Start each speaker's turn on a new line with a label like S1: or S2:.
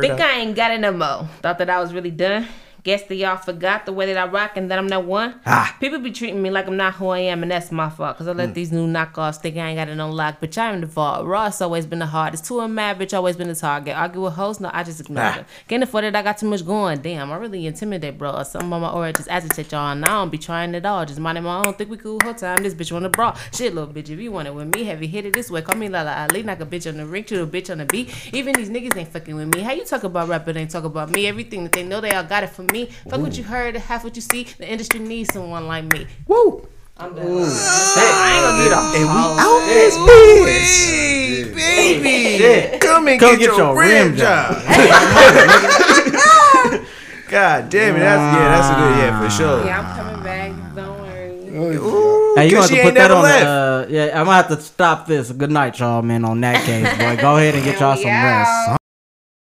S1: Think I ain't got it no more. Thought that I was really done. Guess that y'all forgot the way that I rock and that I'm not one.
S2: Ah.
S1: People be treating me like I'm not who I am, and that's my fault. Cause I let these new knockoffs think I ain't got it on lock. Bitch, I am the fault. Ross always been the hardest. Too a mad bitch always been the target. Argue with hoes, no, I just ignore
S2: Ah.
S1: them. Can't afford it, I got too much going. Damn, I really intimidate, bro. Or something on my aura just agitate y'all. And I don't be trying at all. Just minding my own. Think we cool whole time. This bitch wanna brawl. Shit, little bitch, if you want it with me, heavy hit it this way. Call me Lala Ali, knock a bitch on the ring, shoot a bitch on the beat. Even these niggas ain't fucking with me. How you talk about rap, but ain't talk about me? Everything that they know, they all got it from me. Fuck what you heard, half what you see. The industry needs someone like me.
S2: Woo!
S1: I'm done. I ain't gonna get
S2: And
S1: a
S2: we
S1: hoe.
S2: out this bitch.
S3: Hey, baby,
S2: Yeah.
S3: come and
S2: Come
S3: get, your, rim, job. God damn it, that's yeah, that's a good yeah for sure.
S1: Yeah, I'm coming back. Don't worry.
S3: Ooh,
S4: Hey, you gonna
S3: 'cause
S4: have
S3: she
S4: to
S3: ain't
S4: put that
S3: never
S4: on
S3: left.
S4: the. Uh, yeah, I'm gonna have to stop this. Good night, y'all, man. On that case, boy, go ahead and get y'all some
S1: Yeah.
S4: rest.